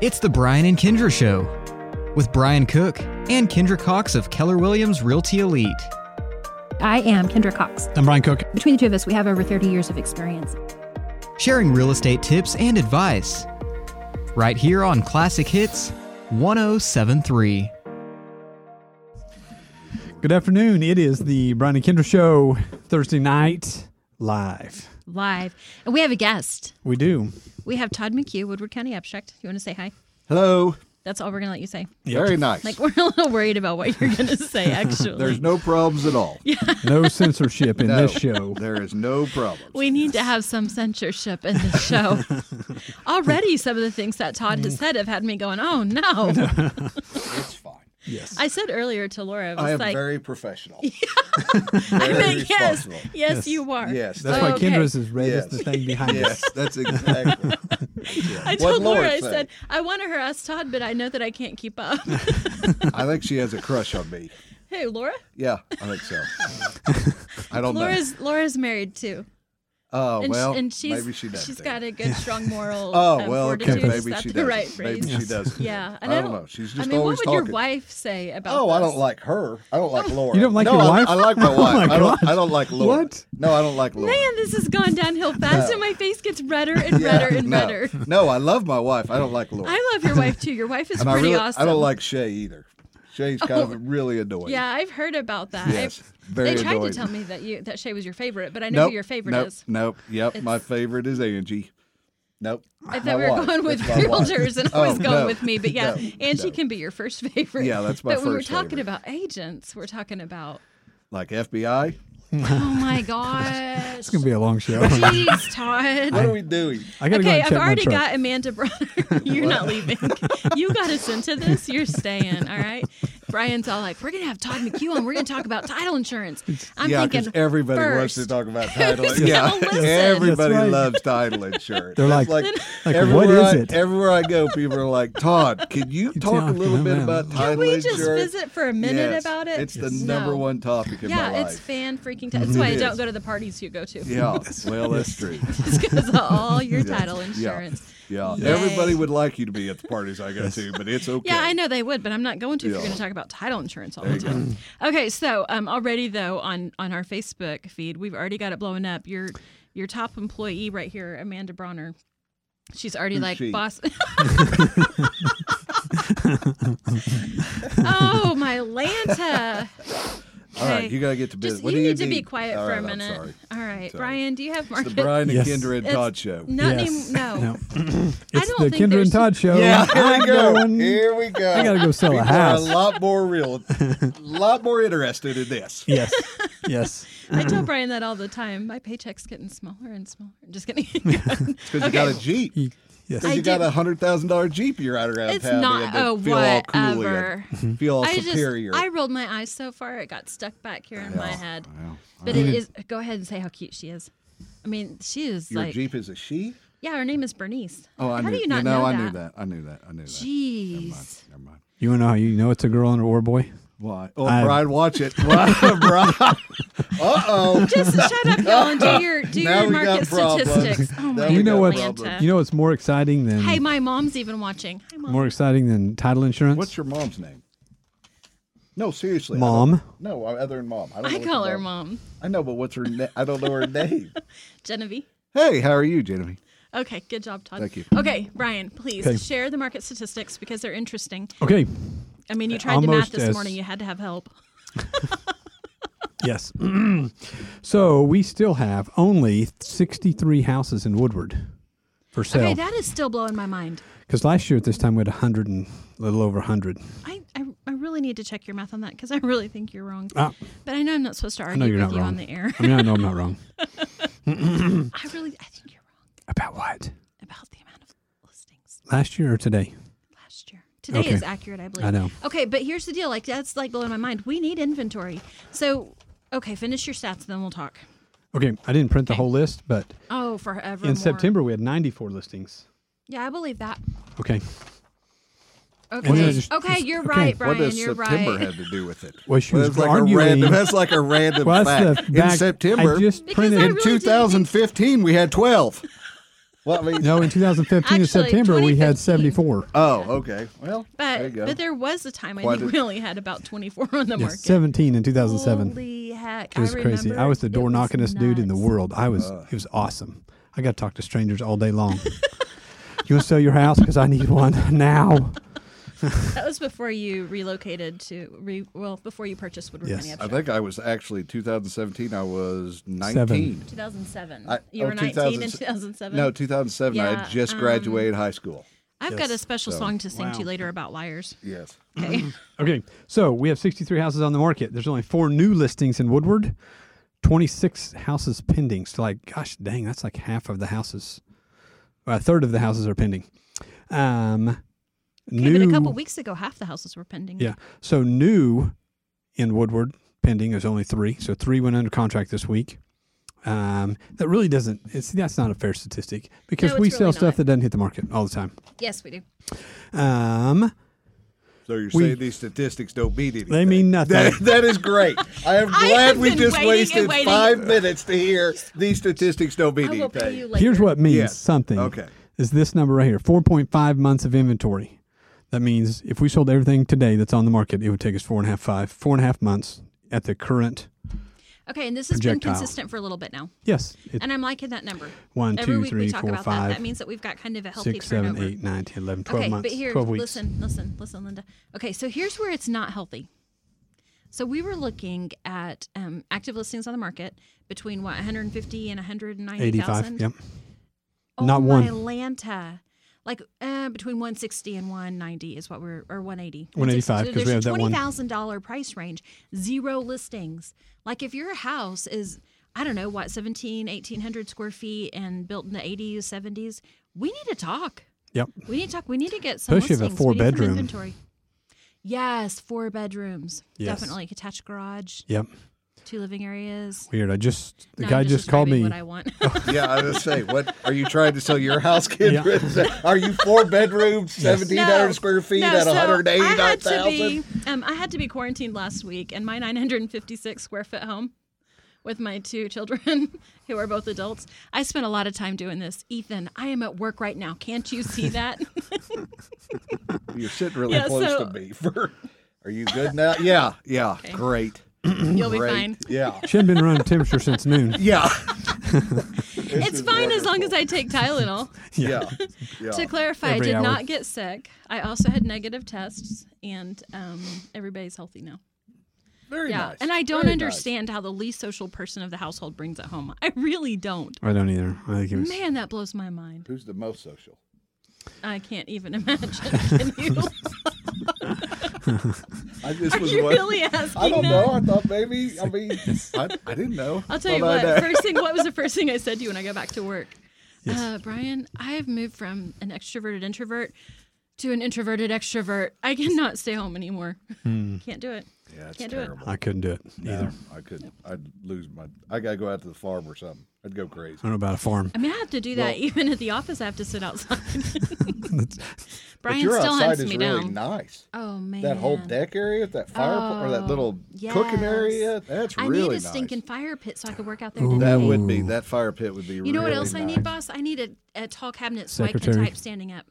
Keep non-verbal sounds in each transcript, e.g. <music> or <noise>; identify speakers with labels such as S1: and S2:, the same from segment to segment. S1: It's the Brian and Kendra Show with Brian Cook and Kendra Cox of Keller Williams Realty Elite.
S2: I am Kendra Cox.
S3: I'm Brian Cook.
S2: Between the two of us, we have over 30 years of experience.
S1: sharing real estate tips and advice. Right here on Classic Hits 1073.
S3: Good afternoon. It is the Brian and Kendra Show Thursday night live.
S2: Live. And we have a guest.
S3: We do.
S2: We have Todd McHugh, Woodward County Abstract. You want to say hi?
S4: Hello.
S2: That's all we're going to let you say.
S4: Very nice.
S2: Like, <laughs> we're a little worried about what you're going to say, actually.
S4: There's no problems at all.
S3: No censorship in
S4: No,
S3: this show.
S4: There is no problem.
S2: we need to have some censorship in this show. Already, some of the things that Todd has said have had me going, oh, no.
S4: It's fine.
S3: Yes.
S2: I said earlier to Laura, I was
S4: I am
S2: like, <laughs>
S4: very professional.
S2: I
S4: <laughs> very
S2: mean, yes, yes,
S4: responsible.
S2: you are. Oh,
S4: Yes.
S3: That's why
S2: Okay.
S3: Kendra's as red as
S4: Yes.
S3: the thing behind us.
S4: yes, that's exactly.
S2: I
S4: What
S2: told Laura,
S4: Laura
S2: I
S4: say?
S2: said, I want to harass Todd, but I know that I can't keep up. <laughs>
S4: I think she has a crush on me.
S2: hey, Laura?
S4: Yeah, I think so. I don't
S2: Laura's Laura's married too.
S4: know. Oh
S2: And, sh-
S4: well,
S2: and she's
S4: maybe she does.
S2: she's
S4: think.
S2: got a good
S4: <laughs>
S2: strong moral.
S4: Oh
S2: um,
S4: well, okay.
S2: fortitude. Is
S4: Maybe
S2: that
S4: she
S2: the
S4: does.
S2: right phrase?
S4: Maybe she
S2: <laughs>
S4: does.
S2: Yeah, and
S4: I don't know. She's
S2: I
S4: just
S2: mean,
S4: always
S2: what would
S4: talking.
S2: your wife say about?
S4: Oh, I
S2: this?
S4: don't like her. I don't
S2: Oh.
S4: like Laura.
S3: You don't like
S4: no,
S3: your
S4: I,
S3: wife?
S4: I like my
S3: <laughs> Oh,
S4: wife.
S3: my
S4: I don't.
S3: God.
S4: I don't like Laura.
S3: What?
S4: No, I don't like Laura.
S2: Man, this has gone
S4: <laughs>
S2: downhill fast, and my face gets redder and
S4: Yeah,
S2: redder and
S4: no.
S2: redder.
S4: No, I love my wife. I don't like Laura.
S2: I love your wife too. Your wife is
S4: and I
S2: pretty
S4: really
S2: awesome. Oh.
S4: I don't like Shay either. Shay's kind of really annoying.
S2: Yeah, I've heard about that.
S4: Yes,
S2: I've-
S4: very
S2: they tried
S4: annoying.
S2: to tell me that you that Shay was your favorite, but I know
S4: Nope.
S2: who your favorite
S4: nope,
S2: is.
S4: Nope. Yep. My
S2: It's-
S4: favorite is Angie. Nope.
S2: I thought
S4: my
S2: we were
S4: wife.
S2: going with
S4: It's my wife.
S2: realtors and
S4: <laughs> Oh,
S2: always going
S4: no,
S2: with me, but yeah,
S4: no,
S2: Angie
S4: no.
S2: can be your first favorite.
S4: Yeah, that's my
S2: But when we're
S4: first
S2: talking
S4: favorite.
S2: about agents, we're talking about
S4: Like FBI.
S2: oh my gosh,
S3: It's going to be a long show.
S2: jeez, Todd.
S4: What are we doing?
S3: I got to go
S2: okay,
S3: and
S2: I've
S3: check my
S2: already
S3: truck.
S2: got Amanda Bronner. <laughs> You're not
S4: <laughs>
S2: leaving. You got us into this. You're staying. All right. Brian's all like, we're gonna have Todd McHugh on. We're gonna talk about title insurance. I'm
S4: yeah,
S2: thinking
S4: everybody wants to
S2: first,
S4: talk about title.
S2: <laughs> Who's
S4: yeah,
S2: gonna listen?
S4: everybody
S3: That's right.
S4: loves title insurance.
S3: They're
S4: That's
S3: like- like, what
S4: everywhere
S3: is
S4: I-
S3: it?
S4: Everywhere I go, people are like, Todd, can you talk a
S3: talking
S4: little bit
S3: about-
S4: about title
S2: Can we
S4: insurance?
S2: just visit for a minute
S4: Yes,
S2: about it?
S4: It's the
S2: Yes.
S4: number
S2: No.
S4: one topic in my
S2: Yeah,
S4: life.
S2: it's fan freaking. T- that's why I
S4: It
S2: don't
S4: is.
S2: go to the parties you go to. <laughs>
S3: <laughs>
S4: Yeah, well, that's true.
S2: because of all your
S4: Yeah.
S2: title
S4: Yeah.
S2: insurance.
S4: Yeah,
S2: Yay.
S4: everybody would like you to be at the parties I go to, but it's okay.
S2: Yeah, I know they would, but I'm not going to if you're
S4: Yeah.
S2: going to talk about title insurance all the time. Okay, so um, already though on on our Facebook feed, we've already got it blowing up. Your your top employee right here, Amanda Bronner. She's already
S4: Who's
S2: like
S4: she? <laughs>
S2: boss. oh my Lanta!
S4: All right,
S2: Okay.
S4: you gotta get to business.
S2: Just
S4: What
S2: you
S4: do
S2: need to be quiet
S4: All
S2: for a
S4: right, I'm
S2: minute. <laughs>
S4: sorry.
S2: All right,
S4: Sorry.
S2: Brian, do you have
S4: It's
S2: market?
S4: the Brian and
S3: Yes.
S4: Kendra
S2: <laughs>
S4: and
S2: It's-
S4: Todd show.
S2: Not
S3: Yes.
S2: any- no.
S3: No.
S2: I
S3: It's
S2: don't
S3: the
S2: think
S3: Kendra and
S2: there's-
S3: Todd show.
S4: <laughs> Yeah, here
S3: I'm
S2: <laughs>
S4: we go.
S3: going-
S4: Here we go.
S3: I got to go sell a
S4: People are a
S3: house.
S4: lot more <laughs> real, a lot more interested in this.
S2: <laughs>
S3: Yes. Yes.
S2: I
S4: <laughs>
S2: tell Brian that all the time. My paycheck's getting smaller and smaller. I'm just
S4: <laughs>
S2: kidding. <laughs>
S4: Because you got a Jeep.
S3: You- Yes.
S4: Because
S2: I
S4: you got
S2: do-
S4: a hundred thousand dollar Jeep you're out around
S2: It's
S4: town
S2: not-
S4: in to
S2: oh,
S4: feel all cool
S2: whatever.
S4: and feel all
S2: I just
S4: superior.
S2: I rolled my eyes so far it got stuck back here in my
S4: Yeah,
S2: head.
S4: well,
S2: But it is go ahead and say how cute she is. I mean, she is
S4: Your
S2: like
S4: Jeep is a she?
S2: yeah, her name is Bernice.
S4: Oh, I
S2: how
S4: knew.
S2: do you not
S4: no,
S2: know
S4: I
S2: that?
S4: knew that. I knew that. I knew that. Never mind.
S2: Jeez.
S4: Never mind.
S3: You want to know how you know it's a girl and or a boy?
S4: Why? Oh,
S3: I-
S4: Brian, watch it. <laughs> Why, Brian? Uh-oh. <laughs>
S2: Just shut up, y'all, and do your do
S4: Now
S2: your
S4: we got
S2: market
S4: problems. <laughs>
S2: statistics. Oh
S4: Now
S2: my
S4: we
S3: You know
S4: got
S3: what's-
S2: Atlanta.
S4: problems.
S3: You know what's more exciting than
S2: Hey, my mom's even watching. Hi, mom.
S3: more exciting than title insurance?
S4: What's your mom's name? No, seriously. I
S3: Mom.
S4: don't- No, uh, other than mom. I, don't know
S2: I
S4: what
S2: call
S4: your
S2: her mom.
S4: I know, but what's her name? I don't
S2: <laughs>
S4: know her name.
S2: Genevieve.
S4: Hey, how are you, Genevieve?
S2: Okay, good job, Todd.
S4: Thank you.
S2: Okay, Brian, please
S3: Okay.
S2: share the market statistics because they're interesting.
S3: Okay.
S2: I mean, you tried the math
S3: Uh, Almost
S2: this
S3: as-
S2: morning. You had to have help.
S3: Yes. <clears throat> so we still have only 63 houses in Woodward for
S2: Okay,
S3: sale.
S2: that is still blowing my mind.
S3: Because last year at this time we had 100 and a little over 100.
S2: I, I, I really need to check your math on that because I really think you're wrong.
S3: Ah,
S2: But I know I'm not supposed to
S3: I know
S2: argue
S3: you're
S2: with
S3: not
S2: you
S3: wrong.
S2: on the air.
S3: I mean, I know I'm not wrong.
S2: I really I think you're wrong
S3: About what?
S2: about the amount of listings
S3: Last year or today?
S2: last year. Today
S3: Okay.
S2: is accurate, I believe.
S3: I know.
S2: Okay, but here's the deal. Like that's like blowing my mind. We need inventory. So, okay, finish your stats, then we'll talk.
S3: Okay, I didn't print the whole list, but
S2: Oh, forever.
S3: in September we had 94 listings.
S2: Yeah, I believe that.
S3: Okay. then
S2: Okay.
S3: I just-
S2: okay,
S3: just-
S2: you're
S3: okay.
S2: right, Brian.
S4: what does
S2: you're
S4: September
S2: right.
S4: have to do with it?
S3: Well, she was
S4: that's like a
S3: arguing-
S4: random. That's like a random
S3: Well, that's
S4: fact.
S3: the back,
S4: In September,
S3: I just
S2: Because
S3: printed.
S2: I
S4: in
S2: really didn't think-
S4: 2015, we had 12. <laughs> Well, I mean,
S3: No, in 2015 in
S2: Actually,
S3: September we had
S2: 2015.
S3: 74.
S4: oh, okay. Well,
S2: <laughs> But
S4: there you go.
S2: but there was a time I
S4: Why
S2: think
S4: did-
S2: we only had about 24 on the
S3: Yes,
S2: market.
S3: 17 in 2007.
S2: Holy heck!
S3: It was
S2: I
S3: crazy. I
S2: remember
S3: was the
S2: it
S3: door knockingest dude in the
S2: nuts.
S3: world. I was. it was awesome. I got to talk to strangers all day
S2: <laughs>
S3: long. you want to sell your house because I need one <laughs> now.
S2: That was before you relocated to re, well before you purchased Woodward
S3: Yes.
S2: County
S4: I
S2: Abstract.
S4: think I was actually 2017. I was 19.
S3: Seven.
S2: 2007.
S4: I-
S2: you
S4: oh,
S2: were 19 in
S4: 2007.
S2: 2007.
S4: No, 2007. I
S2: Yeah, um,
S4: had just graduated high school.
S2: I've got a special song to sing
S3: Wow.
S2: to you later about
S4: <laughs>
S2: liars.
S4: Yes.
S2: Okay.
S3: Okay, so we have 63 houses on the market. There's only four new listings in Woodward, 26 houses pending. So, like, gosh dang, that's like half of the houses. Well, a third of the houses are pending. Um,
S2: Okay, but
S3: new-
S2: a couple weeks ago, half the houses were pending.
S3: Yeah. So new in Woodward pending is only three. So three went under contract this week. Um, that really doesn't. It's, that's not a fair statistic because
S2: No, it's
S3: we
S2: really
S3: sell stuff
S2: not.
S3: that doesn't hit the market all the time.
S2: Yes, we do.
S3: Um,
S4: So you're
S3: We-
S4: saying these statistics don't mean anything?
S3: they mean nothing.
S4: That,
S2: <laughs>
S4: that is great. I am
S2: I
S4: glad
S2: have
S4: we
S2: been
S4: just
S2: waiting and
S4: wasted
S2: waiting.
S4: five minutes to hear these statistics don't mean
S2: I will pay
S4: anything.
S2: you later.
S3: Here's what means
S4: Yes.
S3: something.
S4: Okay.
S3: Is this number right here? 4.5 months of inventory. That means if we sold everything today that's on the market, it would take us four and a half, five, four and a half months at the current.
S2: Okay, and this has
S3: projectile.
S2: been consistent for a little bit now,
S3: Yes. It,
S2: and I'm liking that number.
S3: one,
S2: Every
S3: two,
S2: week
S3: three,
S2: we talk
S3: four,
S2: about
S3: five,
S2: that. That means that we've got kind of a healthy
S3: six, seven,
S2: turnover.
S3: eight, nine, 10, 11, 12
S2: okay,
S3: months.
S2: but here,
S3: 12 weeks.
S2: listen, listen, listen, Linda. Okay, so here's where it's not healthy. So we were looking at um, active listings on the market between what 150 and 190,000.
S3: 85. Yep.
S2: Oh,
S3: Not
S2: my
S3: one.
S2: Lanta. Like uh, between 160 and 190 is what we're or 180.
S3: 185, 'cause we have that one-
S2: twenty thousand dollar price range, zero listings. Like if your house is I don't know what 17, 1800 square feet and built in the 80s, 70s, we need to talk.
S3: Yep.
S2: We need to talk. We need to get some
S3: Especially if a
S2: listings. We need some
S3: four-bedroom.
S2: inventory. Yes, four bedrooms.
S3: Yes.
S2: Definitely attached garage,
S3: Yep.
S2: two living areas.
S3: Weird. I just the
S2: No, I'm
S3: guy just, called
S2: describing
S3: me.
S2: What I want.
S3: <laughs>
S2: <laughs>
S4: Yeah, I was gonna say, what are you trying to sell your house, kid?
S3: Yeah.
S4: Are you four bedrooms, seventeen hundred square feet
S2: no,
S4: at
S2: so
S4: one hundred eighty
S2: I
S4: nine
S2: had to be-
S4: thousand?
S2: Um, I had to be quarantined last week in my 956 square foot home with my two children <laughs> who are both adults. I spent a lot of time doing this. Ethan, I am at work right now. Can't you
S4: <laughs>
S2: see that? <laughs>
S4: You're sitting really
S2: Yeah,
S4: close
S2: so-
S4: to me. For are you good now? <laughs> Yeah, yeah, great,
S2: You'll be
S4: great.
S2: fine.
S4: Yeah, <laughs>
S3: she hadn't been running temperature since noon.
S4: yeah,
S3: <laughs>
S2: It's fine as long as I take Tylenol.
S4: <laughs> yeah,
S2: <laughs>
S4: yeah.
S2: To clarify,
S3: Every
S2: I did
S3: hour.
S2: not get sick. I also had negative tests, and um, everybody's healthy now.
S4: Very
S2: yeah,
S4: nice.
S2: and I don't
S4: Very nice.
S2: understand how the least social person of the household brings it home. I really don't.
S3: I don't either. I think it was.
S2: Man, that blows my mind.
S4: Who's the most social?
S2: I can't even <laughs>
S4: <laughs>
S2: imagine. Can you?
S4: I just
S2: Are
S4: was
S2: you
S4: wondering-
S2: really asking
S4: I don't
S2: that?
S4: know. I thought maybe. I mean, <laughs> I, I didn't know.
S2: I'll tell you
S4: Thought
S2: what.
S4: I'd ask.
S2: First thing, what was the first thing I said to you when I got back to work? Uh, Brian, I have moved from an extroverted introvert to an introverted extrovert. I cannot stay home anymore. Can't do it.
S4: Hmm. Yeah, it's
S2: Can't do it.
S4: terrible.
S3: I couldn't do it either. I
S4: I couldn't. I'd lose my. I gotta go out to the farm or something. I'd go crazy.
S3: don't know about a farm.
S2: I mean, I have to do that <laughs>
S4: Well-
S2: even at the office. I have to sit
S4: <laughs>
S2: outside. <laughs> Brian
S4: but your
S2: still
S4: outside
S2: hunts
S4: is
S2: me
S4: really
S2: down.
S4: nice.
S2: Oh man, Oh,
S4: That whole deck area, that fire pl- or that little
S2: yes.
S4: cooking area, that's
S2: I
S4: really
S2: need a
S4: nice.
S2: stinking fire pit so I could work out there. Today.
S4: That would be that fire pit would be.
S2: You know what else I need, boss? I need a, a tall cabinet so I can
S3: Secretary.
S2: type standing up.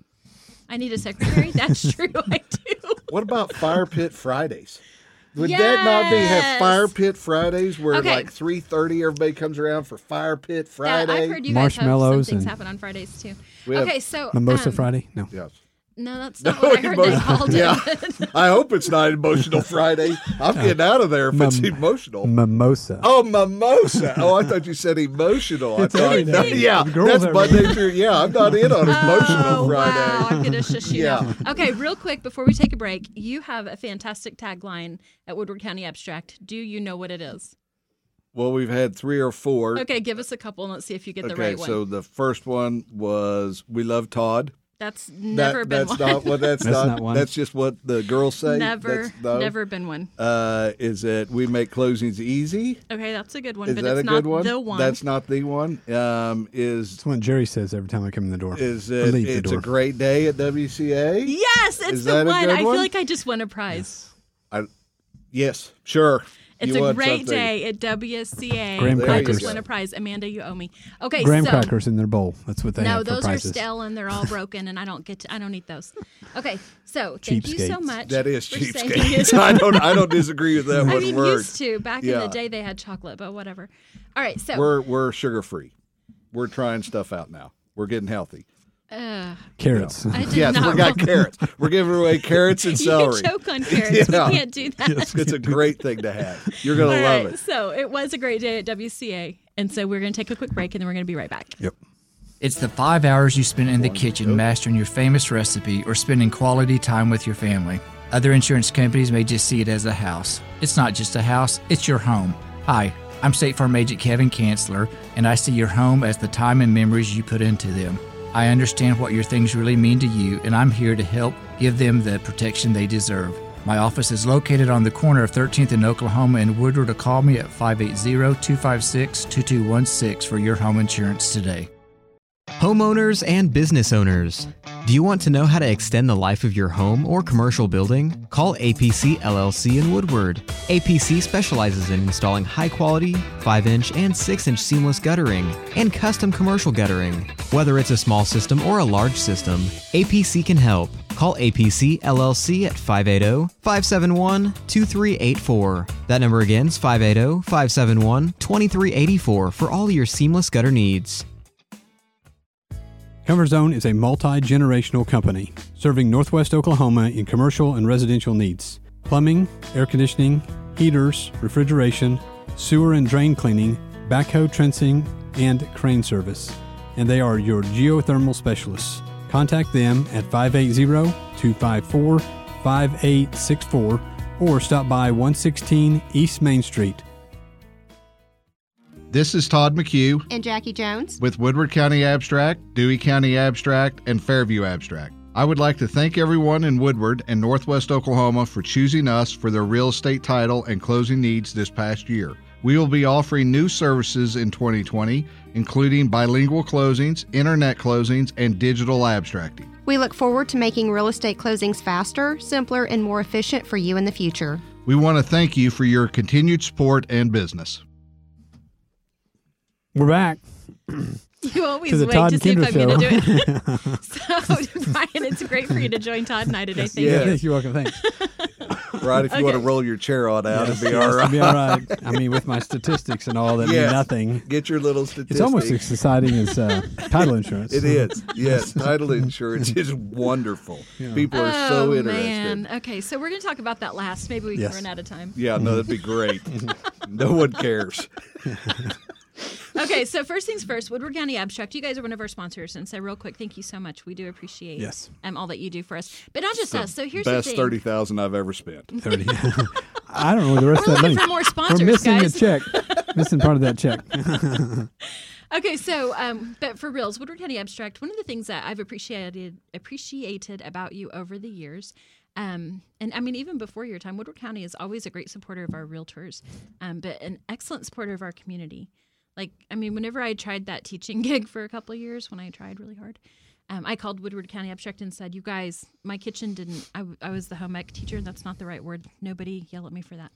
S2: I need a secretary. <laughs> That's true. I do.
S4: What about fire pit Fridays? Would that not be have
S2: Yes.
S4: fire pit Fridays where
S2: Okay.
S4: like three thirty everybody comes around for fire pit
S2: Yeah,
S4: Friday?
S2: I've heard you guys have some
S3: Marshmallows
S2: things
S3: and-
S2: happen on Fridays too.
S4: We have
S2: okay, so
S3: Mimosa
S2: um,
S3: Friday? No.
S4: Yes.
S2: No, that's
S4: <laughs>
S2: not what I heard they
S4: emotion-
S2: called
S4: <laughs> yeah.
S2: it.
S4: I hope it's not emotional Friday. I'm getting out of there if it's emotional.
S3: Mimosa.
S4: Oh, mimosa. Oh, I thought you said emotional. I
S3: It's
S4: thought, no,
S3: everything.
S4: yeah,
S3: The girls
S4: that's
S3: are-
S4: Monday through. Yeah, I'm not in on emotional
S2: Oh, wow.
S4: Friday.
S2: I'm going to shush you.
S4: Yeah.
S2: now. <laughs> Okay, real quick before we take a break, you have a fantastic tagline at Woodward County Abstract. Do you know what it is?
S4: Well, we've had three or four.
S2: Okay, give us a couple and let's see if you get the
S4: Okay,
S2: right
S4: so
S2: one.
S4: the first one was "We love Todd."
S2: That's never
S4: that,
S2: been
S4: that's
S2: one.
S4: not what. That's,
S3: That's
S4: not,
S3: not one.
S4: That's just what the girls say.
S2: <laughs> never,
S4: That's, no.
S2: never been one.
S4: Uh, is it "We make closings easy"?
S2: Okay, that's a good one,
S4: Is
S2: but
S4: that
S2: it's
S4: a
S2: not
S4: good one?
S2: the one.
S4: That's not the one. Um, is
S3: That's what Jerry says every time I come in the door.
S4: is
S3: Or
S4: it?
S3: leave the
S4: It's a
S3: door.
S4: great day at WCA.
S2: yes, it's
S4: Is
S2: the
S4: that a
S2: one.
S4: good
S2: I feel
S4: <laughs> one?
S2: like I just won a prize.
S4: I, yes, sure.
S2: It's
S4: You
S2: a
S4: want
S2: great
S4: something.
S2: day at WSCA.
S3: Graham
S2: I
S3: crackers.
S2: just won a prize. Amanda, you owe me. Okay,
S3: Graham
S2: so
S3: crackers in their bowl. That's what they
S2: no,
S3: have for
S2: those are
S3: prizes.
S2: stale and they're all broken, and I don't get to, I don't eat those. Okay, so thank you so
S3: Cheapskates.
S2: much.
S4: That is
S2: for saying
S4: cheapskate.
S2: <laughs> it.
S4: <laughs> I don't. I don't disagree with that
S2: I
S4: one
S2: mean,
S4: word.
S2: used to back in
S4: Yeah.
S2: the day they had chocolate, but whatever. All right, so
S4: We're we're sugar free. We're trying stuff out now. We're
S2: <laughs>
S4: getting healthy.
S2: uh,
S3: Carrots.
S2: I did
S4: Yes,
S2: not.
S4: we got
S2: roll-
S4: carrots. We're giving away carrots and celery.
S2: <laughs> You choke
S4: <laughs>
S2: on carrots.
S4: Yeah.
S2: We can't do that.
S4: It's a great thing to have. You're
S2: All
S4: gonna love
S2: right,
S4: it.
S2: so it was a great day at WCA, and so we're going to take a quick break, and then we're going to be right back. <laughs>
S3: yep.
S5: It's the five hours you spend in the kitchen mastering your famous recipe or spending quality time with your family. Other insurance companies may just see it as a house. It's not just a house, it's your home. Hi, I'm State Farm Agent Kevin Kanzler, and I see your home as the time and memories you put into them. I understand what your things really mean to you, and I'm here to help give them the protection they deserve. My office is located on the corner of 13th and Oklahoma and Woodward. Call me at 580 256 2216 for your home insurance today.
S1: Homeowners and business owners, do you want to know how to extend the life of your home or commercial building? Call APC LLC in Woodward. APC specializes in installing high quality 5 inch and 6 inch seamless guttering and custom commercial guttering. Whether it's a small system or a large system, APC can help. Call APC LLC at oh, 580 571 2384. That number again is oh, 580 571 2384 for all your seamless gutter needs.
S3: CoverZone is a multi generational company serving northwest Oklahoma in commercial and residential needs plumbing, air conditioning, heaters, refrigeration, sewer and drain cleaning, backhoe trenching, and crane service. And they are your geothermal specialists. Contact them at 580 254 5864 or stop by 116 East Main Street.
S6: This is Todd McHugh
S7: and Jackie Jones.
S6: with Woodward County Abstract, Dewey County Abstract, and Fairview Abstract. I would like to thank everyone in Woodward and Northwest Oklahoma for choosing us for their real estate title and closing needs this past year. We will be offering new services in 2020, including bilingual closings, internet closings, and digital abstracting.
S7: We look forward to making real estate closings faster, simpler, and more efficient for you in the future.
S6: We want to thank you for your continued support and business.
S3: We're back.
S2: You always
S3: To the
S2: wait
S3: Todd
S2: to
S3: and
S2: see if I'm
S3: Kendra
S2: going to do it. <laughs>
S4: <laughs>
S2: so, Brian, it's great for you to join Todd and I today.
S3: <laughs>
S2: Thank
S4: yes.
S2: you.
S3: Thank you. Welcome. Thanks.
S4: Right? If you want to
S2: Okay.
S4: roll your chair on out, it'd be
S3: Yes, <laughs>
S4: all
S3: it'd
S4: right.
S3: be all right. I mean, with my statistics and all that mean
S4: Yes.
S3: nothing.
S4: Get your little statistics.
S3: It's almost as exciting as
S4: <laughs>
S3: uh, title insurance.
S4: It is. Yes, title insurance is wonderful. People are so
S2: oh,
S4: interested.
S2: man. Okay, so we're going to talk about that last. Maybe we
S3: Yes.
S2: can run out of time.
S4: Yeah, no, that'd be great. no one cares.
S2: Okay, so first things first, Woodward County Abstract, you guys are one of our sponsors. And so, real quick, thank you so much. We do appreciate
S3: Yes.
S2: um, all that you do for us. But not just us. So, here's
S4: Best
S2: the thing.
S4: thirty thousand I've ever spent.
S3: 30. I don't know where the rest
S2: We're
S3: of that
S2: looking
S3: money.
S2: for more sponsors,
S3: We're missing
S2: guys.
S3: a check.
S2: <laughs>
S3: missing part of that check.
S2: Okay, so um, but for reals, Woodward County Abstract. One of the things that I've appreciated appreciated about you over the years, um, and I mean even before your time, Woodward County is always a great supporter of our realtors, um, but an excellent supporter of our community. Like I mean, whenever I tried that teaching <laughs> gig for a couple of years, when I tried really hard, um, I called Woodward County Abstract and said, "You guys, my kitchen didn't. I, w- I was the home ec teacher. and That's not the right word. Nobody yell at me for that."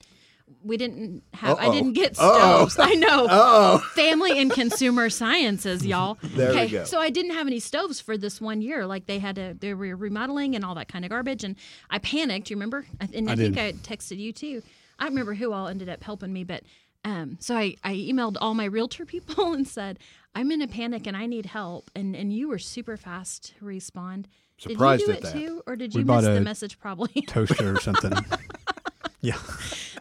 S2: We didn't have. I
S4: Uh-oh.
S2: didn't get
S4: Uh-oh.
S2: stoves. I
S4: <laughs>
S2: know.
S4: Oh,
S2: Family and consumer
S4: <laughs>
S2: sciences, y'all.
S4: There we go.
S2: So I didn't have any stoves for this one year. Like they had to, they were remodeling and all that kind of garbage. And I panicked. You remember? I- And I,
S3: I
S2: think
S3: did.
S2: I texted you too. I don't remember who all ended up helping me, but um, so I, I emailed all my realtor <laughs> people and said, I'm in a panic and I need help. And and you were super fast to respond.
S4: Surprised
S2: did you
S4: at
S2: do
S4: that.
S2: it too, or did
S3: We
S2: you
S3: bought
S2: miss
S3: a
S2: the message? Probably.
S3: Toaster or something. <laughs> Yeah.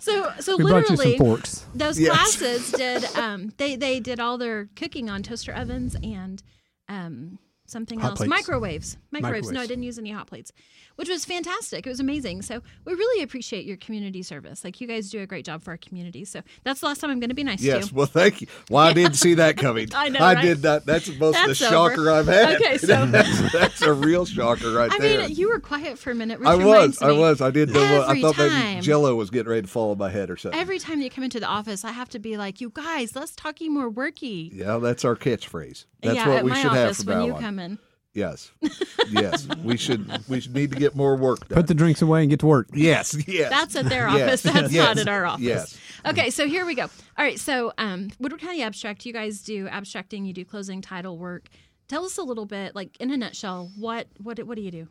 S2: so so
S3: We brought you some
S2: literally,
S3: forks.
S2: those
S4: Yes.
S2: classes did um they they did all their cooking on toaster ovens and um something
S3: Hot
S2: else
S3: plates.
S2: microwaves. microwaves no i
S3: Microwaves.
S2: didn't use any hot plates which was fantastic it was amazing so we really appreciate your community service like you guys do a great job for our community so that's the last time i'm going to be nice
S4: yes.
S2: to you
S4: Well, thank you. Well, I didn't see that coming.
S2: <laughs> I know,
S4: I
S2: right?
S4: did not. That's most the
S2: That's over.
S4: shocker I've had. <laughs>
S2: Okay, so-
S4: that's, that's a real shocker right
S2: i
S4: there.
S2: mean you were quiet for a minute which
S4: I
S2: reminds
S4: was. I
S2: me,
S4: was. I did. know what I
S2: Every
S4: thought maybe
S2: time.
S4: Jello was getting ready to fall on my head or something.
S2: every time you come into the office i have to be like you guys let's talking more worky
S4: yeah, that's our catchphrase. That's
S2: yeah
S4: what
S2: at
S4: we
S2: my
S4: should have
S2: office
S4: from
S2: when
S4: now
S2: you
S4: on.
S2: come in
S4: Yes. Yes. we should we should need to get more work done.
S3: Put the drinks away and get to work.
S4: yes, yes.
S2: That's at their
S4: <laughs> Yes.
S2: office. That's
S4: Yes.
S2: not at our office.
S4: Yes.
S2: Okay, so here we go. All right, so um, Woodward County Abstract, you guys do abstracting, you do closing title work. Tell us a little bit, like in a nutshell, what what what do you do?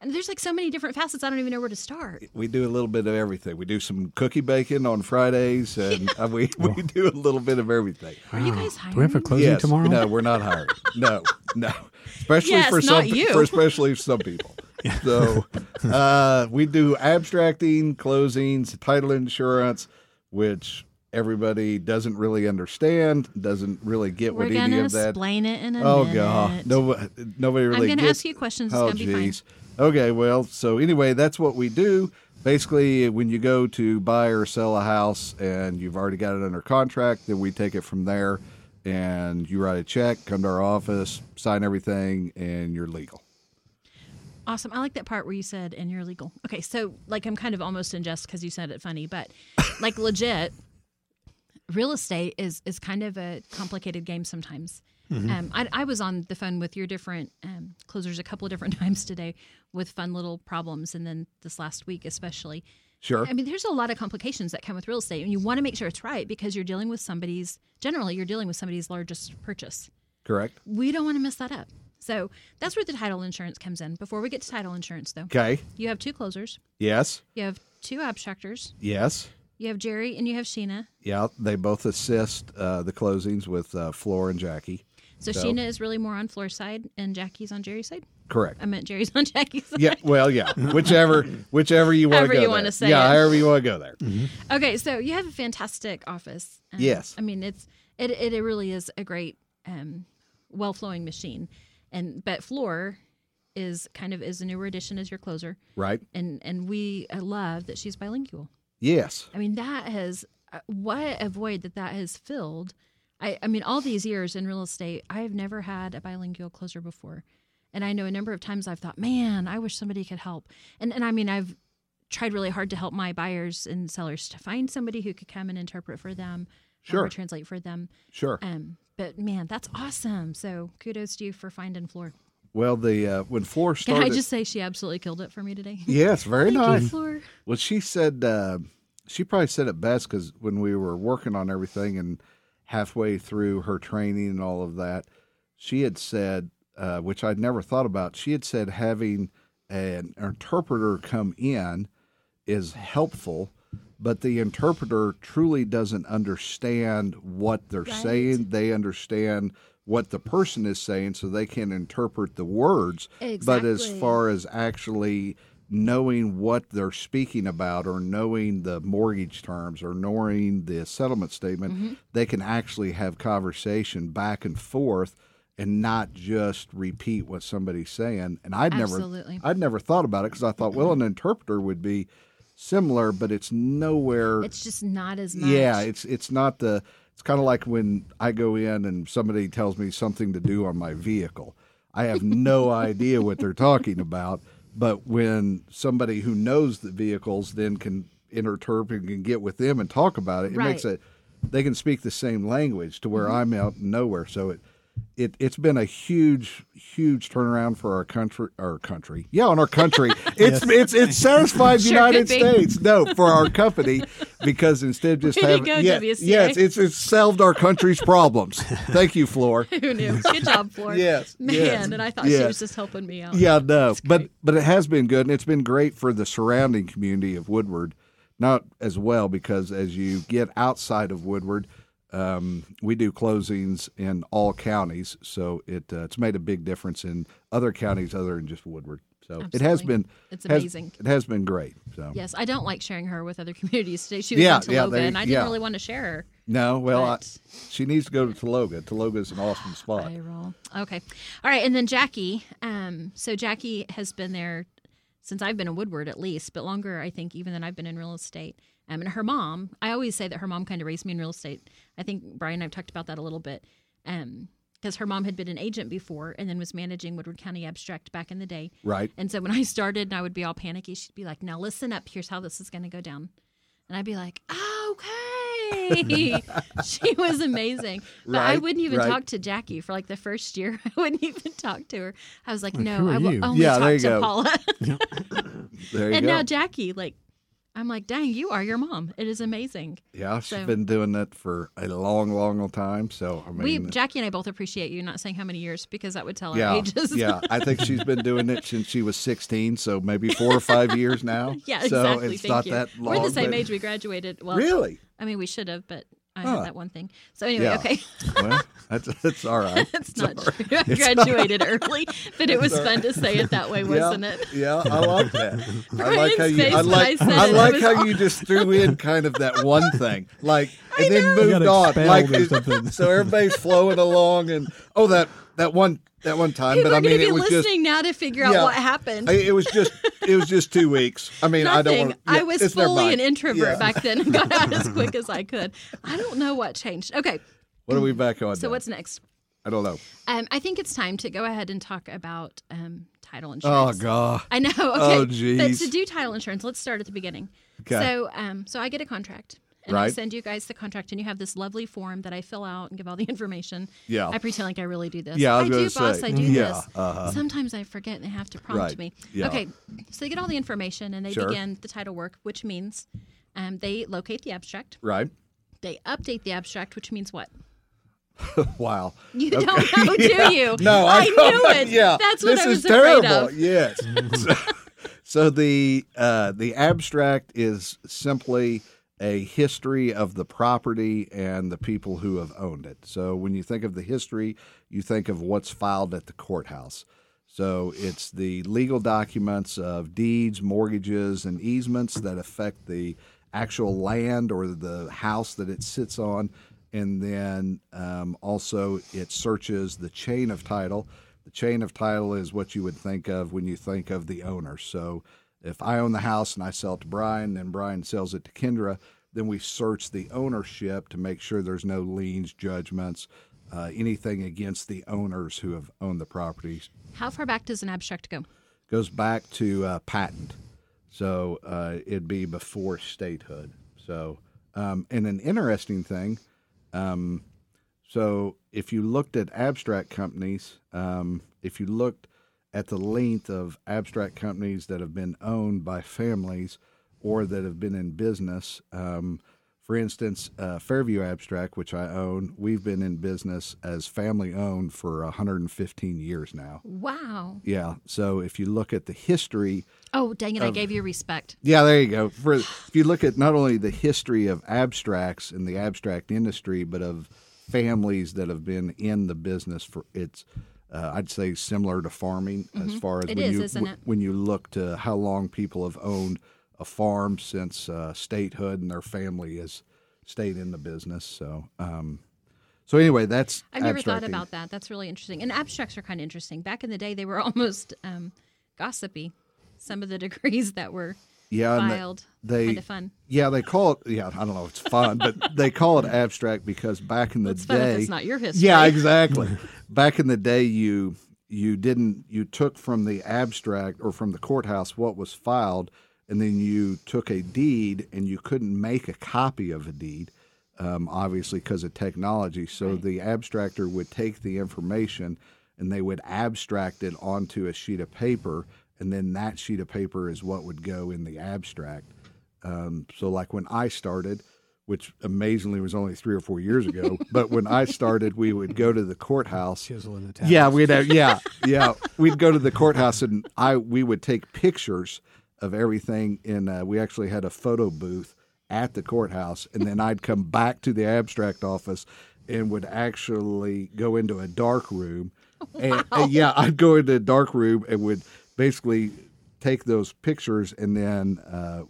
S2: And there's like so many different facets. I don't even know where to start.
S4: we do a little bit of everything. We do some cookie baking on
S2: <laughs>
S4: Fridays, and uh, we, we do a little bit of everything.
S2: Are you guys hiring?
S3: Do we have a closing
S4: Yes.
S3: tomorrow?
S4: No, we're not hiring. No, no. Especially
S2: Yes,
S4: for some,
S2: not you.
S4: for especially
S2: <laughs>
S4: some people. So uh, we do abstracting, closings, title insurance, which everybody doesn't really understand, doesn't really get
S2: We're
S4: what
S2: gonna
S4: any of that.
S2: explain it in a
S4: Oh
S2: minute.
S4: god, no, nobody really.
S2: gonna
S4: gets-
S2: ask you questions. It's
S4: Oh
S2: gonna be fine.
S4: jeez. Okay, well, so anyway, that's what we do. Basically, when you go to buy or sell a house and you've already got it under contract, then we take it from there, and you write a check, come to our office, sign everything, and you're legal.
S2: Awesome. I like that part where you said, and you're legal. Okay, so like I'm kind of almost in jest because you said it funny, but like legit, real estate is is kind of a complicated game sometimes. Um, I, I was on the phone with your different um, closers a couple of different <laughs> times today with fun little problems, and then this last week especially.
S4: Sure.
S2: I mean, there's a lot of complications that come with real estate, and you want to make sure it's right because you're dealing with somebody's generally you're dealing with somebody's largest purchase
S4: Correct.
S2: we don't want to mess that up. So that's where the title insurance comes in. Before we get to title insurance, though,
S4: Okay.
S2: you have two closers,
S4: Yes.
S2: you have two abstractors,
S4: Yes.
S2: you have Jerry and you have Sheena.
S4: Yeah. They both assist uh, the closings with uh, Floor and Jackie.
S2: So,
S4: So-
S2: Sheena is really more on floor side and Jackie's on Jerry's side.
S4: Correct.
S2: I meant Jerry's <laughs> on Jackie's side.
S4: Yeah.
S2: <laughs>
S4: Well, yeah. Whichever, whichever you want to
S2: However
S4: go
S2: you
S4: there.
S2: wanna say
S4: yeah.
S2: it.
S4: However you want to go there.
S2: Okay, so you have a fantastic office. Um,
S4: Yes.
S2: I mean it's it it, it really is a great um, well flowing machine, and but floor is kind of is a newer addition as your closer,
S4: Right.
S2: and and we uh, love that she's bilingual.
S4: Yes.
S2: I mean, that has uh, what a void that that has filled. I, I mean, all these years in real estate, I've never had a bilingual closer before, and I know a number of times I've thought, man, I wish somebody could help. And and I mean, I've tried really hard to help my buyers and sellers to find somebody who could come and interpret for them,
S4: Sure.
S2: or translate for them.
S4: Sure.
S2: Um, but man, that's awesome. So kudos to you for finding Floor.
S4: Well, the uh, when Floor
S2: Can
S4: started,
S2: I just say she absolutely killed it for me today?
S4: yes,
S2: <laughs>
S4: very
S2: Thank you,
S4: nice.
S2: Floor.
S4: Well, she said uh, she probably said it best because when we were working on everything and halfway through her training and all of that, she had said, uh, which I'd never thought about. She had said having an interpreter come in is helpful, but the interpreter truly doesn't understand what they're saying. They understand what the person is saying, so they can interpret the words. But as
S2: Exactly.
S4: far as actually knowing what they're speaking about or knowing the mortgage terms or knowing the settlement statement,
S2: Mm-hmm.
S4: they can actually have conversation back and forth and not just repeat what somebody's saying. And I'd
S2: Absolutely.
S4: never I'd never thought about it because I thought, well, an interpreter would be similar, but it's nowhere.
S2: It's just not as much.
S4: yeah, it's it's not the. It's kind of like when I go in and somebody tells me something to do on my vehicle. I
S2: <laughs>
S4: have no idea what they're talking about, but when somebody who knows the vehicles then can interpret and can get with them and talk about it, it makes
S2: Right. Mm-hmm.
S4: it. They can speak the same language to where I'm out in nowhere. So it. It, it's been a huge, huge turnaround for our country. Our country, yeah, on
S2: <laughs>
S4: our country. It's it's it's satisfied the
S2: Sure could
S4: United
S2: be. <laughs>
S4: States. No, for our company, because instead of just
S2: Way to
S4: having
S2: go,
S4: yeah,
S2: WCA.
S4: yes, it's it's solved our country's problems. Thank
S2: <laughs>
S4: you, Floor.
S2: Who knew? Good
S4: <laughs>
S2: job, Floor.
S4: Yes,
S2: Man,
S4: yes,
S2: and I thought she
S4: yes.
S2: was just helping me out.
S4: Yeah, no, but
S2: great.
S4: but it has been good, and it's been great for the surrounding community of Woodward, not as well because as you get outside of Woodward, um, we do closings in all counties, so it uh, it's made a big difference in other counties other than just Woodward. So it has
S2: Absolutely.
S4: been
S2: It's
S4: has-
S2: amazing.
S4: it has been great. So
S2: Yes, I don't like sharing her with other communities today. She was
S4: Yeah,
S2: in
S4: yeah,
S2: Tologa,
S4: there-
S2: and I didn't
S4: yeah.
S2: really want to share her.
S4: no, well, I,
S2: But-
S4: she needs to go to Tologa. Tologa's an awesome spot.
S2: I roll. Okay. All right. And then Jackie. Um, so Jackie has been there since I've been in Woodward, at least, but longer, I think, even than I've been in real estate. Um, and her mom, I always say that her mom kind of raised me in real estate. I think Brian and I've talked about that a little bit. Um, because her mom had been an agent before and then was managing Woodward County Abstract back in the day.
S4: Right.
S2: And so when I started and I would be all panicky, she'd be like, Now listen up, here's how this is gonna go down. And I'd be like, Okay. <laughs> Yay! she was amazing. But I
S4: Right,
S2: wouldn't even
S4: right.
S2: talk to Jackie for like the first year. <laughs> I wouldn't even talk to her. I was like,
S3: Like,
S2: no,
S3: who are
S2: I will
S3: you?
S2: only
S4: Yeah,
S2: talk
S4: there you
S2: to
S4: go.
S2: Paula.
S4: There you
S2: <laughs> and
S4: go.
S2: now Jackie, like, I'm like, dang, you are your mom. It is amazing.
S4: yeah, she's
S2: so-
S4: been doing that for a long, long, long time. So I
S2: We,
S4: mean,
S2: Jackie and I both appreciate you not saying how many years because that would tell
S4: yeah,
S2: our ages. <laughs>
S4: yeah. I think she's been doing it since she was 16, so maybe four or five years now.
S2: <laughs> Yeah,
S4: so
S2: exactly.
S4: it's
S2: Thank
S4: not
S2: you.
S4: that long.
S2: We're the same
S4: but-
S2: age we graduated. Well,
S4: Really?
S2: I mean, we should have, but I
S4: Huh.
S2: had that one thing. So anyway,
S4: Yeah.
S2: okay. <laughs>
S4: well, that's, that's all right.
S2: That's not
S4: <laughs>
S2: true. I graduated early, but it was fun to say it that way, wasn't
S4: <laughs> yeah,
S2: it?
S4: Yeah, I like that. I like
S2: Brian's
S4: how you
S2: face
S4: I
S2: when
S4: like
S2: I said
S4: I
S2: it, it
S4: like
S2: was
S4: how you just
S2: <laughs>
S4: threw in kind of that one thing. Like and then
S3: You gotta
S4: moved on.
S3: expound
S4: Like
S3: on
S4: it-
S3: something.
S4: so everybody's flowing along and oh that that one that one time,
S2: People
S4: but I
S2: are going to
S4: mean
S2: be
S4: it was just
S2: listening now to figure
S4: yeah.
S2: out what happened.
S4: I- it was just it was just two weeks. I mean I don't
S2: Nothing. I,
S4: want yeah,
S2: was
S4: it's never
S2: fully
S4: mind.
S2: an introvert
S4: Yeah.
S2: back then and got out
S4: <laughs>
S2: as quick as I could. I don't know what changed. Okay,
S4: What are we back
S2: <laughs>
S4: on?
S2: so
S4: now?
S2: what's next?
S4: I don't know.
S2: Um, I think it's time to go ahead and talk about um, title
S4: Oh
S2: insurance.
S4: god.
S2: I know. Okay.
S4: Oh,
S2: But
S4: geez.
S2: to do title insurance, let's start at the beginning.
S4: Okay.
S2: So, um, so I get a contract, and I
S4: Right.
S2: send you guys the contract, and you have this lovely form that I fill out and give all the <laughs> information.
S4: Yeah.
S2: I pretend like I really do this.
S4: Yeah, I was
S2: do,
S4: gonna
S2: boss.
S4: say,
S2: I do
S4: yeah, uh-huh.
S2: this. Sometimes I forget, and they have to prompt
S4: Right,
S2: me.
S4: yeah.
S2: Okay. So they get all the information, and they
S4: Sure.
S2: begin the title work, which means um, they locate the abstract.
S4: Right.
S2: They update the abstract, which means what?
S4: Wow.
S2: You don't know, do you?
S4: No, I, <laughs>
S2: knew it.
S4: Yeah,
S2: That's what
S4: this
S2: I was
S4: is terrible.
S2: afraid of.
S4: Yes.
S2: <laughs>
S4: so, so the uh, the abstract is simply a history of the property and the people who have owned it. So when you think of the history, you think of what's filed at the courthouse. So it's the legal documents of deeds, mortgages, and easements that affect the actual land or the house that it sits on. And then um, also it searches the chain of title. The chain of title is what you would think of when you think of the owner. So if I own the house and I sell it to Brian, then Brian sells it to Kendra, then we search the ownership to make sure there's no liens, judgments, uh, anything against the owners who have owned the property
S2: How far back does an abstract go?
S4: goes back to uh, patent. So uh, it'd be before statehood. So, um, and an interesting thing um, so if you looked at abstract companies, um, if you looked at the length of abstract companies that have been owned by families or that have been in business, um, for instance, uh, Fairview Abstract, which I own, we've been in business as family owned for 115 years now.
S2: Wow.
S4: Yeah. So if you look at the history,
S2: Oh, dang it! I gave you respect.
S4: yeah, there you go. For if you look at not only the history of abstracts and the abstract industry, but of families that have been in the business for it's, uh, I'd say similar to farming as far as
S2: Mm-hmm. It
S4: when
S2: is,
S4: you
S2: isn't it?
S4: when you look to how long people have owned a farm since uh, statehood and their family has stayed in the business. So, um, so anyway, that's
S2: I've never thought
S4: abstracting.
S2: about that. That's really interesting. And abstracts are kind of interesting. Back in the day, they were <laughs> almost um, gossipy. Some of the <laughs> degrees that were
S4: yeah, and the-
S2: filed,
S4: they
S2: kind of fun.
S4: Yeah, they call it. Yeah, I don't know. It's fun, but they call it abstract because back in the
S2: It's
S4: day,
S2: fun if it's not your history.
S4: yeah, exactly. Back in the day, you you didn't you took from the abstract or from the courthouse what was filed, and then you took a deed, and you couldn't make a copy of a deed, um, obviously because of technology. So the abstractor would take the information, and they would abstract it onto a sheet of paper, and then that sheet of paper is what would go in the abstract. Um, so, like when I started, which amazingly was only three or four years ago, but when I started, we would go to the courthouse.
S3: Chisel in the tab.
S4: Yeah, we'd have, yeah, yeah, we'd go to the courthouse and I we would take pictures of everything. And uh, we actually had a photo booth at the courthouse, and then I'd come back to the abstract office and would actually go into a dark room. And, and yeah, I'd go into a dark room and would basically take those pictures and then uh,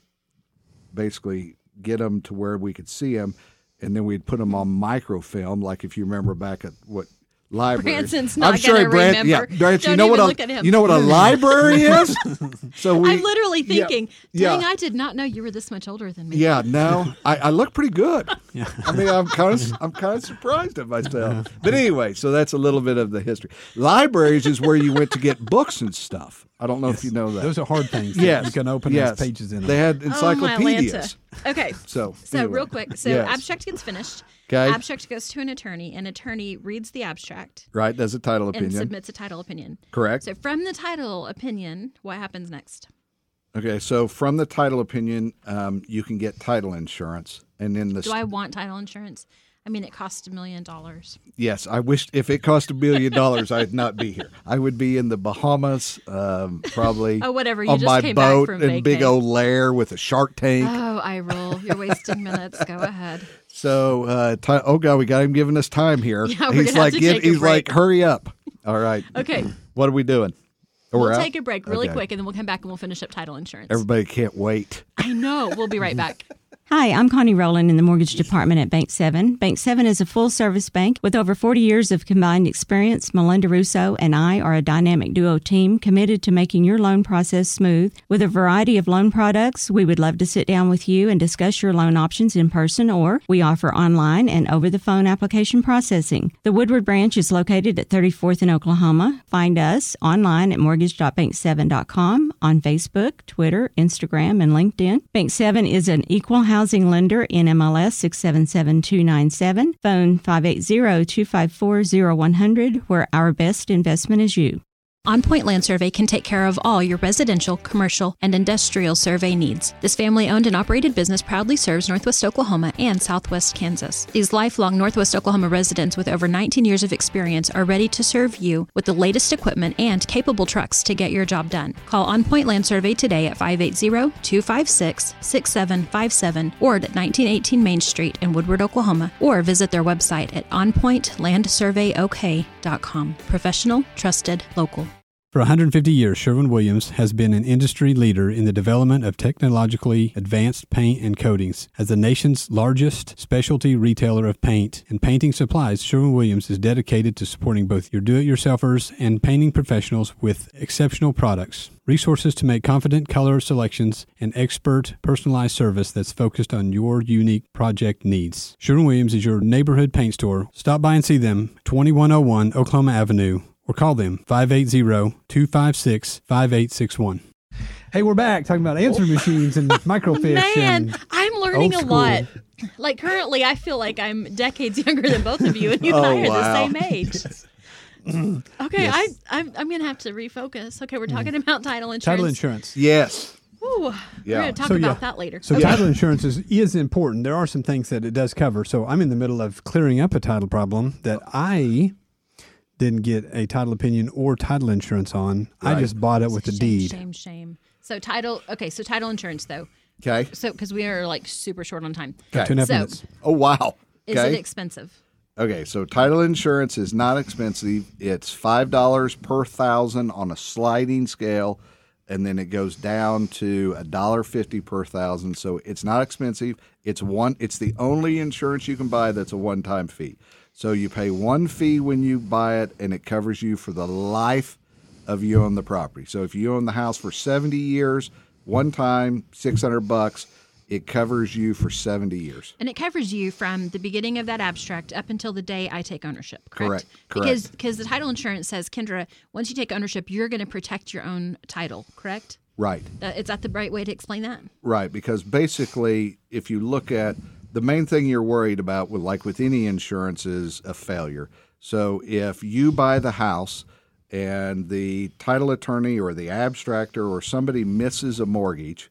S4: basically get them to where we could see them, and then we'd put them on microfilm. Like if you remember back at what library,
S2: Branson's not gonna remember.
S4: Yeah, Branson,
S2: Don't
S4: you know what
S2: even
S4: a
S2: look at him.
S4: you know
S2: <laughs>
S4: what a library is. so we,
S2: I'm literally thinking,
S4: yeah.
S2: dang, I did not know you were this much older than me.
S4: yeah, no, I, I look
S3: <laughs>
S4: pretty good. I mean, I'm kind of I'm kind of surprised at myself. But anyway, so that's a little bit of the history. Libraries is where you went to get books and stuff. I don't know if you know that.
S3: Those are hard things. Yeah,
S4: Yes.
S3: you can open
S4: yes.
S3: those pages in.
S4: They
S3: them.
S4: had
S2: Oh, my Lanta.
S4: encyclopedias.
S2: Okay.
S4: <laughs> So,
S2: So
S4: anyway.
S2: real quick. So
S4: Yes.
S2: abstract gets finished.
S4: 'Kay.
S2: Abstract goes to an attorney. An attorney reads the abstract
S4: Right, does a title
S2: and
S4: opinion.
S2: submits a title opinion.
S4: Correct.
S2: So from the title opinion, what happens next?
S4: Okay, so from the title opinion, um, you can get title insurance, and in the
S2: Do I want title insurance? I mean, it costs a million dollars.
S4: yes, I wished if it cost a billion dollars, I'd not be here. I would be in the Bahamas, um, probably.
S2: Oh, whatever. You
S4: on
S2: just
S4: my
S2: came back
S4: boat
S2: from
S4: in big
S2: vacay.
S4: old lair with a shark tank.
S2: Oh, I roll. You're wasting minutes. Go ahead.
S4: so, uh, ti- oh god, we got him giving us time
S2: <laughs>
S4: here.
S2: Yeah, we're gonna
S4: he's
S2: have
S4: like,
S2: to
S4: give-
S2: take a
S4: he's like,
S2: break.
S4: hurry up. All right.
S2: <laughs> Okay.
S4: What are we doing? Oh,
S2: We'll
S4: we're out?
S2: take a break really
S4: Okay.
S2: quick and then we'll come back and we'll finish up title insurance.
S4: Everybody can't wait.
S2: I know. We'll be right back.
S8: Hi, I'm Connie Rowland in the mortgage department at Bank 7. Bank 7 is a full service bank with over 40 years of combined experience. Melinda Russo and I are a dynamic duo team committed to making your loan process smooth with a variety of loan products. We would love to sit down with you and discuss your loan options in person or we offer online and over the phone application processing. The Woodward branch is located at 34th in Oklahoma. Find us online at mortgage.bank7.com on Facebook, Twitter, Instagram, and LinkedIn. Bank 7 is an equal housing lender in MLS 677297. Phone 580-254-0100 where our best investment is you.
S2: On Point Land Survey can take care of all your residential, commercial, and industrial survey needs. This family owned and operated business proudly serves Northwest Oklahoma and Southwest Kansas. These lifelong Northwest Oklahoma residents with over 19 years of experience are ready to serve you with the latest equipment and capable trucks to get your job done. Call On Point Land Survey today at 580 256 6757 or at 1918 Main Street in Woodward, Oklahoma, or visit their website at onpointlandsurveyok.com. Professional, trusted, local.
S3: For 150 years, Sherwin Williams has been an industry leader in the development of technologically advanced paint and coatings. As the nation's largest specialty retailer of paint and painting supplies, Sherwin Williams is dedicated to supporting both your do it yourselfers and painting professionals with exceptional products, resources to make confident color selections, and expert personalized service that's focused on your unique project needs. Sherwin Williams is your neighborhood paint store. Stop by and see them, 2101 Oklahoma Avenue or call them 580-256-5861. Hey, we're back talking about answer machines
S2: <laughs>
S3: and microfiche.
S2: Man,
S3: and
S2: I'm learning a
S3: old
S2: lot. Like currently, I feel like I'm decades <laughs> younger than both of you, and you and
S4: Oh,
S2: I are the
S4: wow.
S2: same age. <clears throat> Okay, I, I'm, I'm gonna have to refocus. Okay, we're talking about title
S3: Mm.
S2: insurance.
S3: title insurance.
S4: Yes.
S2: Ooh, We're
S4: Yeah.
S2: gonna talk
S3: So,
S2: about
S3: yeah.
S2: that later.
S3: So
S2: okay.
S3: title insurance is, is important. There are some things that it does cover. So I'm in the middle of clearing up a title problem that I didn't get a title opinion or title insurance on. I just bought it with the
S2: shame,
S3: deed.
S2: Shame, shame. So title. Okay, so title insurance though.
S4: Okay.
S2: So because we are like super short on time.
S3: Got two and a half
S2: So-
S3: minutes.
S4: Oh wow.
S2: Is
S4: okay.
S2: it expensive?
S4: Okay, so title insurance is not expensive. It's five dollars per thousand on a sliding scale, and then it goes down to a dollar fifty per thousand. So it's not expensive. It's one. It's the only insurance you can buy that's a one-time fee. So you pay one fee when you buy it, and it covers you for the life of you own the property. So if you own the house for seventy years, one time six hundred bucks, it covers you for seventy years.
S2: And it covers you from the beginning of that abstract up until the day I take ownership. Correct.
S4: Correct, correct.
S2: Because because the title insurance says, Kendra, once you take ownership, you're going to protect your own title. Correct.
S4: Right.
S2: Uh, is that the right way to explain that?
S4: Right, because basically, if you look at the main thing you're worried about, with like with any insurance, is a failure. So if you buy the house and the title attorney or the abstractor or somebody misses a mortgage,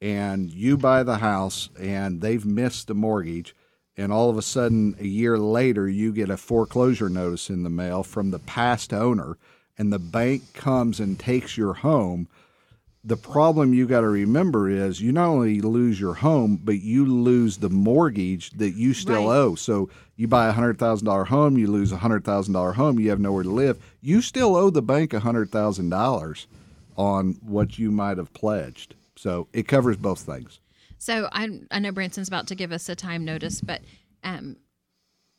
S4: and you buy the house and they've missed the mortgage, and all of a sudden a year later you get a foreclosure notice in the mail from the past owner, and the bank comes and takes your home the problem you got to remember is you not only lose your home, but you lose the mortgage that you still
S2: Right.
S4: owe. So you buy a hundred thousand dollar home, you lose a hundred thousand dollar home, you have nowhere to live. You still owe the bank a hundred thousand dollars on what you might have pledged. So it covers both things.
S2: So I I know Branson's about to give us a time notice, but um,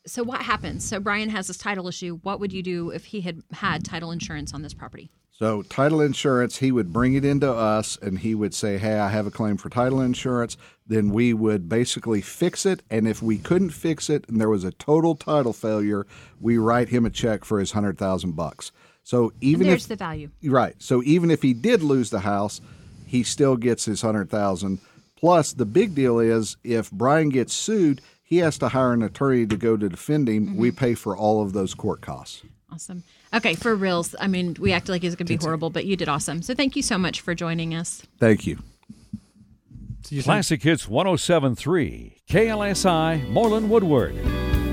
S2: so what happens? So Brian has this title issue. What would you do if he had had title insurance on this property?
S4: So title insurance, he would bring it into us and he would say, "Hey, I have a claim for title insurance." Then we would basically fix it, and if we couldn't fix it and there was a total title failure, we write him a check for his 100,000 bucks. So even
S2: There's
S4: if
S2: the value.
S4: Right. So even if he did lose the house, he still gets his hundred thousand. Plus, the big deal is if Brian gets sued, he has to hire an attorney to go to defend him.
S2: Mm-hmm.
S4: We pay for all of those court costs.
S2: Awesome. Okay, for reals. I mean, we acted like it was going to be horrible, but you did awesome. So thank you so much for joining us.
S4: Thank you.
S9: So you think-
S8: oh Classic Hits 1073, KLSI, Moreland Woodward.